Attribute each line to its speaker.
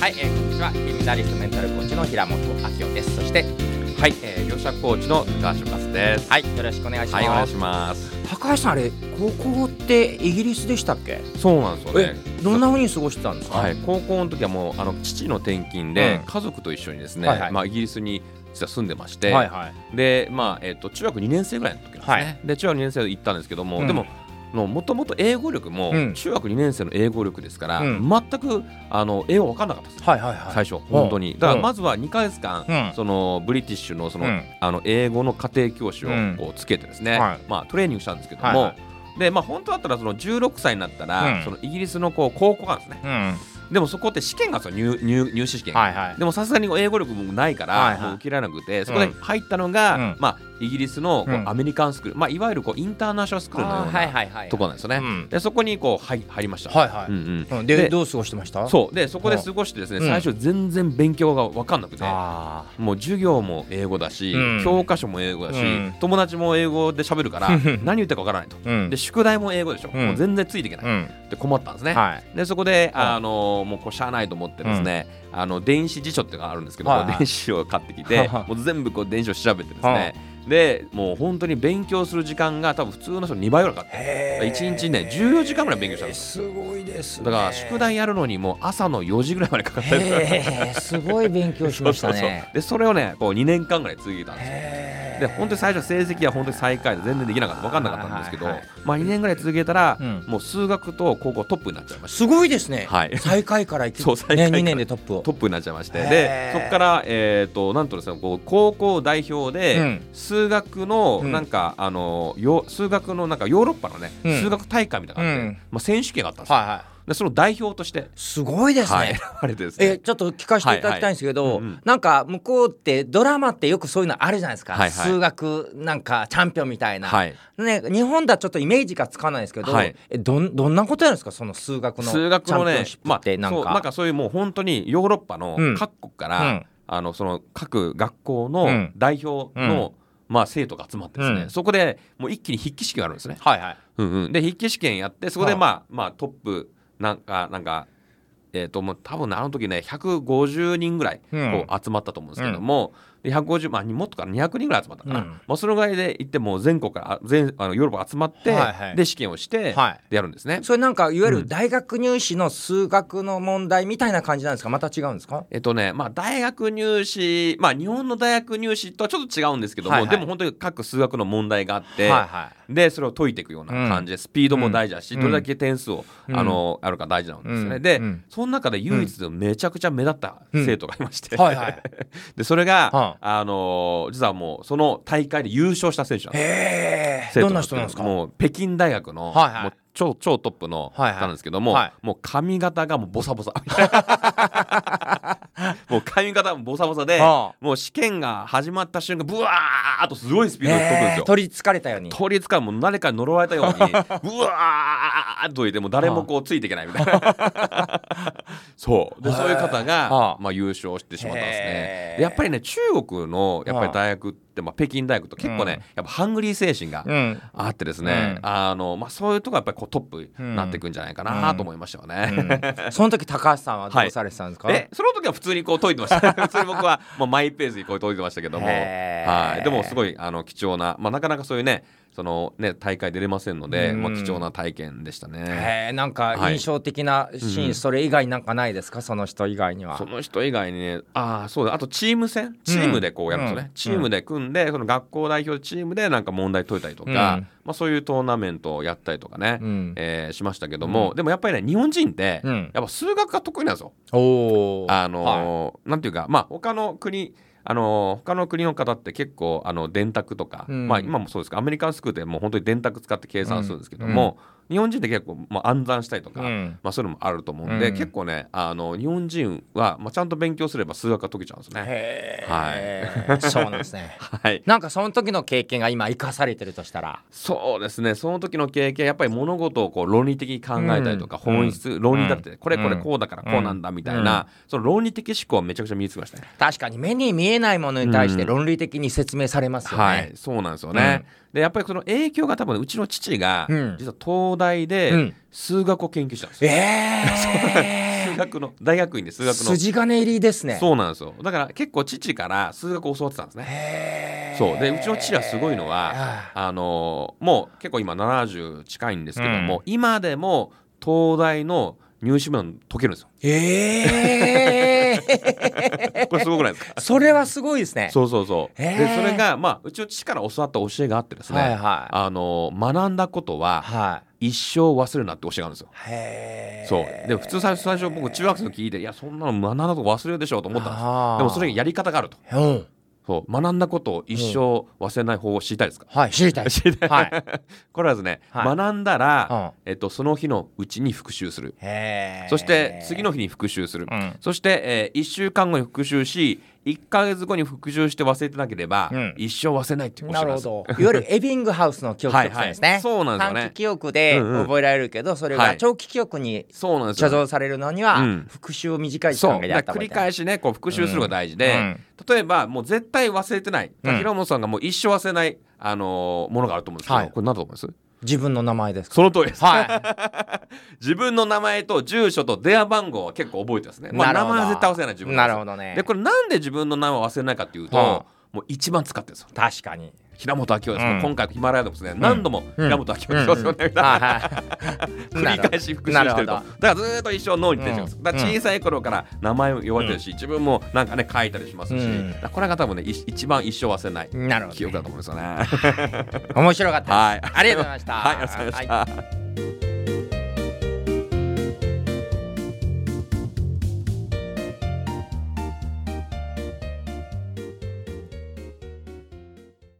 Speaker 1: はい、えー、こんにちは金メダリストメンタルコーチの平本明夫ですそして
Speaker 2: はい、えー、両者コーチの高橋勝です。
Speaker 1: はいよろしくお願いします、
Speaker 2: はい、お願いします。
Speaker 3: 高橋さんあれ高校ってイギリスでしたっけ
Speaker 2: そうなんですよね。
Speaker 3: どんな風に過ごしてたんですか、
Speaker 2: はい、高校の時はもうあの父の転勤で
Speaker 1: うん
Speaker 2: 家族と一緒にですね、
Speaker 1: はいはい
Speaker 2: まあイギリスに実は住んでまして、
Speaker 3: はいはい
Speaker 2: でまあえっ、と中学2年生ぐらいの時なんですね。
Speaker 1: はい
Speaker 2: で中学2年生で行ったんですけども、
Speaker 1: うん
Speaker 2: でも。もともと英語力も
Speaker 1: うん
Speaker 2: 中学2年生の英語力ですから、
Speaker 1: うん
Speaker 2: 全くあの英語分かんなかったです、
Speaker 3: はいはいはい
Speaker 2: 最初本当にだか
Speaker 1: うん
Speaker 2: らまずは2ヶ月間、
Speaker 1: うん
Speaker 2: そのブリティッシュのその,、
Speaker 1: うん
Speaker 2: あの英語の家庭教師を
Speaker 1: うん
Speaker 2: こうつけてですね、
Speaker 1: はい
Speaker 2: まあ、トレーニングしたんですけども、
Speaker 1: はいは
Speaker 2: でまあ、本当だったらその16歳になったら、
Speaker 1: うん
Speaker 2: そのイギリスのこう高校がですね
Speaker 1: うんはい
Speaker 2: でもそこって試験があるんですよ入入入試試験、
Speaker 1: はい
Speaker 2: でもさすがに英語力もないから、
Speaker 1: はいはい
Speaker 2: もう受けられなくてそこで入ったのが、
Speaker 1: うん
Speaker 2: まあ、イギリスのこう
Speaker 1: うん
Speaker 2: アメリカンスクール、まあ、いわゆるこうインターナショナルスクールのような、
Speaker 1: はいはいはい
Speaker 2: ところなんですよね、
Speaker 1: うん
Speaker 2: でそこにこう入入りました、
Speaker 3: はいは
Speaker 2: うんうん
Speaker 3: い、うんで
Speaker 2: で
Speaker 3: どう過ごしてましたう
Speaker 2: そうでそこで過ごしてですね、
Speaker 1: うん
Speaker 2: 最初全然勉強が分かんなくて、
Speaker 1: あ
Speaker 2: もう授業も英語だし、
Speaker 1: うん
Speaker 2: 教科書も英語だし、
Speaker 1: うん
Speaker 2: 友達も英語で喋るから何言ったか分からないと。
Speaker 1: ーうん
Speaker 2: で宿題も英語でしょ、
Speaker 1: うん
Speaker 2: もう全然ついていけない、
Speaker 1: うん
Speaker 2: で困ったんですね、
Speaker 1: はい
Speaker 2: でそこで、
Speaker 1: はい
Speaker 2: あのもうこうしゃあないと思ってですね、あの電子辞書っていうのがあるんですけど、
Speaker 1: はいはい
Speaker 2: こう電子書を買ってきてもう全部こう電子を調べてですね、でもう本当に勉強する時間が多分普通の人の2倍ぐらいかかって1日ね14時間ぐらい勉強したんです
Speaker 3: すごいです、ね、
Speaker 2: だから宿題やるのにもう朝の4時ぐらいまでかかったりとか
Speaker 3: へーすごい勉強しました
Speaker 2: そうそうそ
Speaker 3: ね
Speaker 2: うでそれをねこう2年間ぐらい続けたんですよ
Speaker 3: へー
Speaker 2: で本当に最初成績は本当に最下位で全然できなかった分かんなかったんですけど、
Speaker 3: はいはい
Speaker 2: まあ、2年ぐらい続けたら、
Speaker 3: うん
Speaker 2: もう数学と高校トップになっちゃいまし
Speaker 3: すごいですね、
Speaker 2: た、 はい、
Speaker 3: 最下位からいき
Speaker 2: そう最下位から
Speaker 3: ね、2年でトップを
Speaker 2: トップになっちゃいまして
Speaker 3: へー
Speaker 2: でそこから、えー、となんとですねこう高校代表で、
Speaker 1: うん
Speaker 2: 数学の
Speaker 1: うん
Speaker 2: なんか、あのよ数学のなんかヨーロッパのね、
Speaker 1: うん
Speaker 2: 数学大会みたいなのがあって、
Speaker 1: うん
Speaker 2: まあ、選手権があったんですよ、
Speaker 1: は
Speaker 2: でその代表として、
Speaker 3: すごいですね、
Speaker 2: はい、選 ばれてですね
Speaker 3: えちょっと聞かせていただきたいんですけど、
Speaker 2: はいはいうんうん
Speaker 3: なんか向こうってドラマってよくそういうのあるじゃないですか、
Speaker 2: はいはい
Speaker 3: 数学なんかチャンピオンみたいな、
Speaker 2: はい
Speaker 3: ね、日本だとちょっとイメージがつかないですけど、
Speaker 2: はい
Speaker 3: えどんどんなことやるんですかその数学のチ
Speaker 2: 数
Speaker 3: ャン
Speaker 2: 学
Speaker 3: ピ
Speaker 2: の
Speaker 3: オ
Speaker 2: ね
Speaker 3: ンシッ、プ
Speaker 2: ま
Speaker 3: っ
Speaker 2: あ、
Speaker 3: てなんか,、
Speaker 2: そうなんかそういうもう本当にヨーロッパの
Speaker 1: うん
Speaker 2: 各国か
Speaker 1: う
Speaker 2: ら、
Speaker 1: ん
Speaker 2: あのその各学校
Speaker 1: う
Speaker 2: の
Speaker 1: ん
Speaker 2: 代表の、まあ、生徒が集まってですね、
Speaker 1: うん
Speaker 2: そこでもう一気に筆記試験があるんですね。
Speaker 1: はいはい
Speaker 2: うんうん、で筆記試験やってそこ
Speaker 1: は
Speaker 2: で
Speaker 1: い
Speaker 2: まあ、まあトップなんかなんかえー、ともう多分ねあの時ね150人ぐらい
Speaker 1: うん
Speaker 2: こう集まったと思うんですけども、で150まあもっとかな200人ぐらい集まったかな、
Speaker 1: うん
Speaker 2: まあ、そのぐらいで行ってもう全国からあ全あのヨーロッパ集まって、
Speaker 1: はいはい
Speaker 2: で試験をして、
Speaker 1: はい
Speaker 2: でやるんですね。
Speaker 3: それなんかいわゆ
Speaker 2: う
Speaker 3: る
Speaker 2: ん
Speaker 3: 大学入試の数学の問題みたいな感じなんですかまた違うんですか
Speaker 2: えっとねまあ、大学入試、まあ、日本の大学入試とはちょっと違うんですけども、
Speaker 1: はいはい
Speaker 2: でも本当に各数学の問題があって、
Speaker 1: はいは
Speaker 2: でそれを解いていくような感じで、スピードも大事だし、
Speaker 1: うん
Speaker 2: どれだけ点数を、
Speaker 1: うん
Speaker 2: あのあるか大事なんですよね。
Speaker 1: うん
Speaker 2: で、
Speaker 1: うん
Speaker 2: その中で唯一めちゃくちゃ目立った生徒がいまして、
Speaker 3: はいはい
Speaker 2: でそれが、
Speaker 1: は
Speaker 2: あの実はもうその大会で優勝した選手なんです。
Speaker 3: え
Speaker 2: 生
Speaker 3: ど
Speaker 2: 徒
Speaker 3: んな人なんですか
Speaker 2: もう北京大学の、
Speaker 1: はいはい
Speaker 2: もう超超トップの
Speaker 1: はいはい
Speaker 2: 方なんですけども、
Speaker 1: はい
Speaker 2: もう髪型がもうボサ ボサもう髪型もボサボサで、
Speaker 1: は
Speaker 2: もう試験が始まった瞬間ブワーッとすごいスピードで飛ぶんです
Speaker 3: え
Speaker 2: よ
Speaker 3: ー、。取りつかれたように
Speaker 2: とりあえずからもう誰かに呪われたよう にうわーっといてもう誰もこうついていけないみたいな そうでそういう方
Speaker 1: はあ
Speaker 2: が、まあ、優勝してしまったんです
Speaker 3: へ
Speaker 2: ね
Speaker 3: ー
Speaker 2: でやっぱりね中国のやっぱり大学って、まあ、北京大学と結構ね、
Speaker 1: うん
Speaker 2: やっぱハングリー精神が
Speaker 1: いうん
Speaker 2: あってですね、
Speaker 1: うん
Speaker 2: あのまあ、そういうとこやっぱりこうトップになっていくんじゃないかなと思いましたよね。
Speaker 3: その時高橋さんはどうされてたんですか、
Speaker 2: えその時は普通にこう解いてました 普通に僕はもうマイペースにこう解いてましたけども、
Speaker 3: へー
Speaker 2: はい、でもすごいあの貴重な、まあ、なかなかそういうねそのね大会出れませんので、
Speaker 1: うん
Speaker 2: まあ、貴重な体験でしたね。
Speaker 3: えー、なんか
Speaker 2: はい
Speaker 3: 印象的なシーン、
Speaker 2: うん
Speaker 3: それ以外なんかないですかその人以外には
Speaker 2: その人以外にねああそうだあとチーム戦チームでこうやるんですよね、
Speaker 1: うん
Speaker 2: チームで組んでその学校代表チームでなんか問題解いたりとか、
Speaker 1: うん
Speaker 2: まあ、そういうトーナメントをやったりとかね、
Speaker 3: うん
Speaker 2: えーしましたけども、でもやっぱりね日本人って、
Speaker 1: うん
Speaker 2: やっぱ数学が得意なんですよ。
Speaker 3: おー
Speaker 2: あのーなんていうか、まあ、他の国あのー他の国の方って結構あの電卓とか、
Speaker 3: うん
Speaker 2: まあ、今もそうですけどアメリカンスクールでもう本当に電卓使って計算するんですけども、日本人って結構、まあ、暗算したりとか、
Speaker 1: うん
Speaker 2: まあ、そういうのもあると思うんで、
Speaker 1: うん
Speaker 2: 結構ねあの日本人は、まあ、ちゃんと勉強すれば数学が解けちゃうんですね。
Speaker 3: へ
Speaker 2: ー
Speaker 3: え、そうなんですね
Speaker 2: はい、
Speaker 3: なんかその時の経験が今生かされてるとしたら
Speaker 2: そうですねその時の経験やっぱり物事をこう論理的に考えたりとか、
Speaker 1: うん
Speaker 2: 本質論理だって、これこれ
Speaker 1: うん
Speaker 2: こうだからこうなんだみたいな、その論理的思考はめちゃくちゃ身につきましたね。
Speaker 3: 確かに目に見えないものに対して
Speaker 2: うん
Speaker 3: 論理的に説明されますよね、
Speaker 2: はい、そうなんですよね。で、やっぱりその影響が多分ねうちの父が、
Speaker 3: うん
Speaker 2: 実は東大
Speaker 3: う
Speaker 2: で
Speaker 3: ん
Speaker 2: 数学を研究したんですよ。
Speaker 3: ええ
Speaker 2: 数学の大学院で数学の
Speaker 3: 筋金入りですね。
Speaker 2: そうなんですよだから結構父から数学を教わってたんですね
Speaker 3: へー
Speaker 2: そうでうちの父はすごいのは
Speaker 3: あ
Speaker 2: あのーもう結構今70近いんですけども、今でも東大の入試問解けるんですよ
Speaker 3: ええ
Speaker 2: これすごくないですか
Speaker 3: それはすごいですね。
Speaker 2: そうそうそう、
Speaker 3: へ
Speaker 2: で
Speaker 3: ー
Speaker 2: それがまあうちの父から教わった教えがあってですね、
Speaker 3: はいはい
Speaker 2: あのー学んだことは
Speaker 3: は
Speaker 2: 一生忘れるなって教えがあるんですよ
Speaker 3: い。へえ。
Speaker 2: そうで普通最初最初僕中学生の時聞いていやそんなの学んだと忘れるでしょうと思ったんです
Speaker 3: あー
Speaker 2: でもそれやり方があると
Speaker 3: うん。
Speaker 2: そう学んだことを一生忘れない方法を知りたいですか、
Speaker 3: はい、知りたい。
Speaker 2: 知りたい
Speaker 3: はい。
Speaker 2: これはですね、
Speaker 3: はい
Speaker 2: 学んだら、
Speaker 3: う
Speaker 2: えっと、その日のうちに復習する
Speaker 3: へえ。
Speaker 2: そして次の日に復習する、
Speaker 3: うん
Speaker 2: そして、え1週間後に復習し1ヶ月後に復習して忘れてなければ、
Speaker 3: うん
Speaker 2: 一生忘れないっていう
Speaker 3: なるほ
Speaker 2: ど
Speaker 3: ど。いわゆるエビングハウスの記憶曲線ですね。
Speaker 2: はいはいそうなんですよね
Speaker 3: 短期記憶で
Speaker 2: うんうん
Speaker 3: 覚えられるけど、それ
Speaker 2: は
Speaker 3: が
Speaker 2: い
Speaker 3: 長期記憶に
Speaker 2: そうなんです
Speaker 3: 貯
Speaker 2: よ
Speaker 3: 蔵されるのには、
Speaker 2: うん
Speaker 3: 復習を短い時
Speaker 2: そ
Speaker 3: 間
Speaker 2: う
Speaker 3: でや
Speaker 2: だ
Speaker 3: っ
Speaker 2: か
Speaker 3: た
Speaker 2: ら繰り
Speaker 3: し
Speaker 2: 返しねこう復習するのが大事で、
Speaker 3: うん
Speaker 2: 例えばもう絶対忘れてない、
Speaker 3: うん
Speaker 2: 平本さんがもう一生忘れない、あのーものがあると思うんですけど、
Speaker 3: はい
Speaker 2: これ何だと思います
Speaker 3: 自分の名前ですか。
Speaker 2: その通りです、
Speaker 3: は
Speaker 2: 自分の名前と住所と電話番号は結構覚え てますね、まあ、
Speaker 3: なる
Speaker 2: 名
Speaker 3: ほど
Speaker 2: 前は絶対忘れない自分
Speaker 3: い。
Speaker 2: の
Speaker 3: な
Speaker 2: 名前
Speaker 3: るほどね。
Speaker 2: でこれなんで自分の名前を忘れないかっていうと、
Speaker 3: は
Speaker 2: もう一番使ってるんですよ
Speaker 3: 確かに。
Speaker 2: 平本明夫です、
Speaker 3: うん
Speaker 2: 今回ヒマラヤでもですね、何度も
Speaker 3: うん
Speaker 2: 平本明夫ですよ、ね
Speaker 3: うんはいはい
Speaker 2: 繰り返し復習
Speaker 3: なる
Speaker 2: し
Speaker 3: ほ
Speaker 2: て
Speaker 3: ど
Speaker 2: るとだからずーっと一生脳に出てるんです、
Speaker 3: うん
Speaker 2: だから小さい頃から名前も呼ばれてるし、自分もなんかね書いたりしますし、
Speaker 3: うん
Speaker 2: だからこれが多分ねい一番一生忘れない
Speaker 3: なるほ
Speaker 2: 記
Speaker 3: ど
Speaker 2: 憶だと思うんですよね
Speaker 3: 面白かったです
Speaker 2: はい
Speaker 3: ありがとうございました
Speaker 2: はいありがとうございました、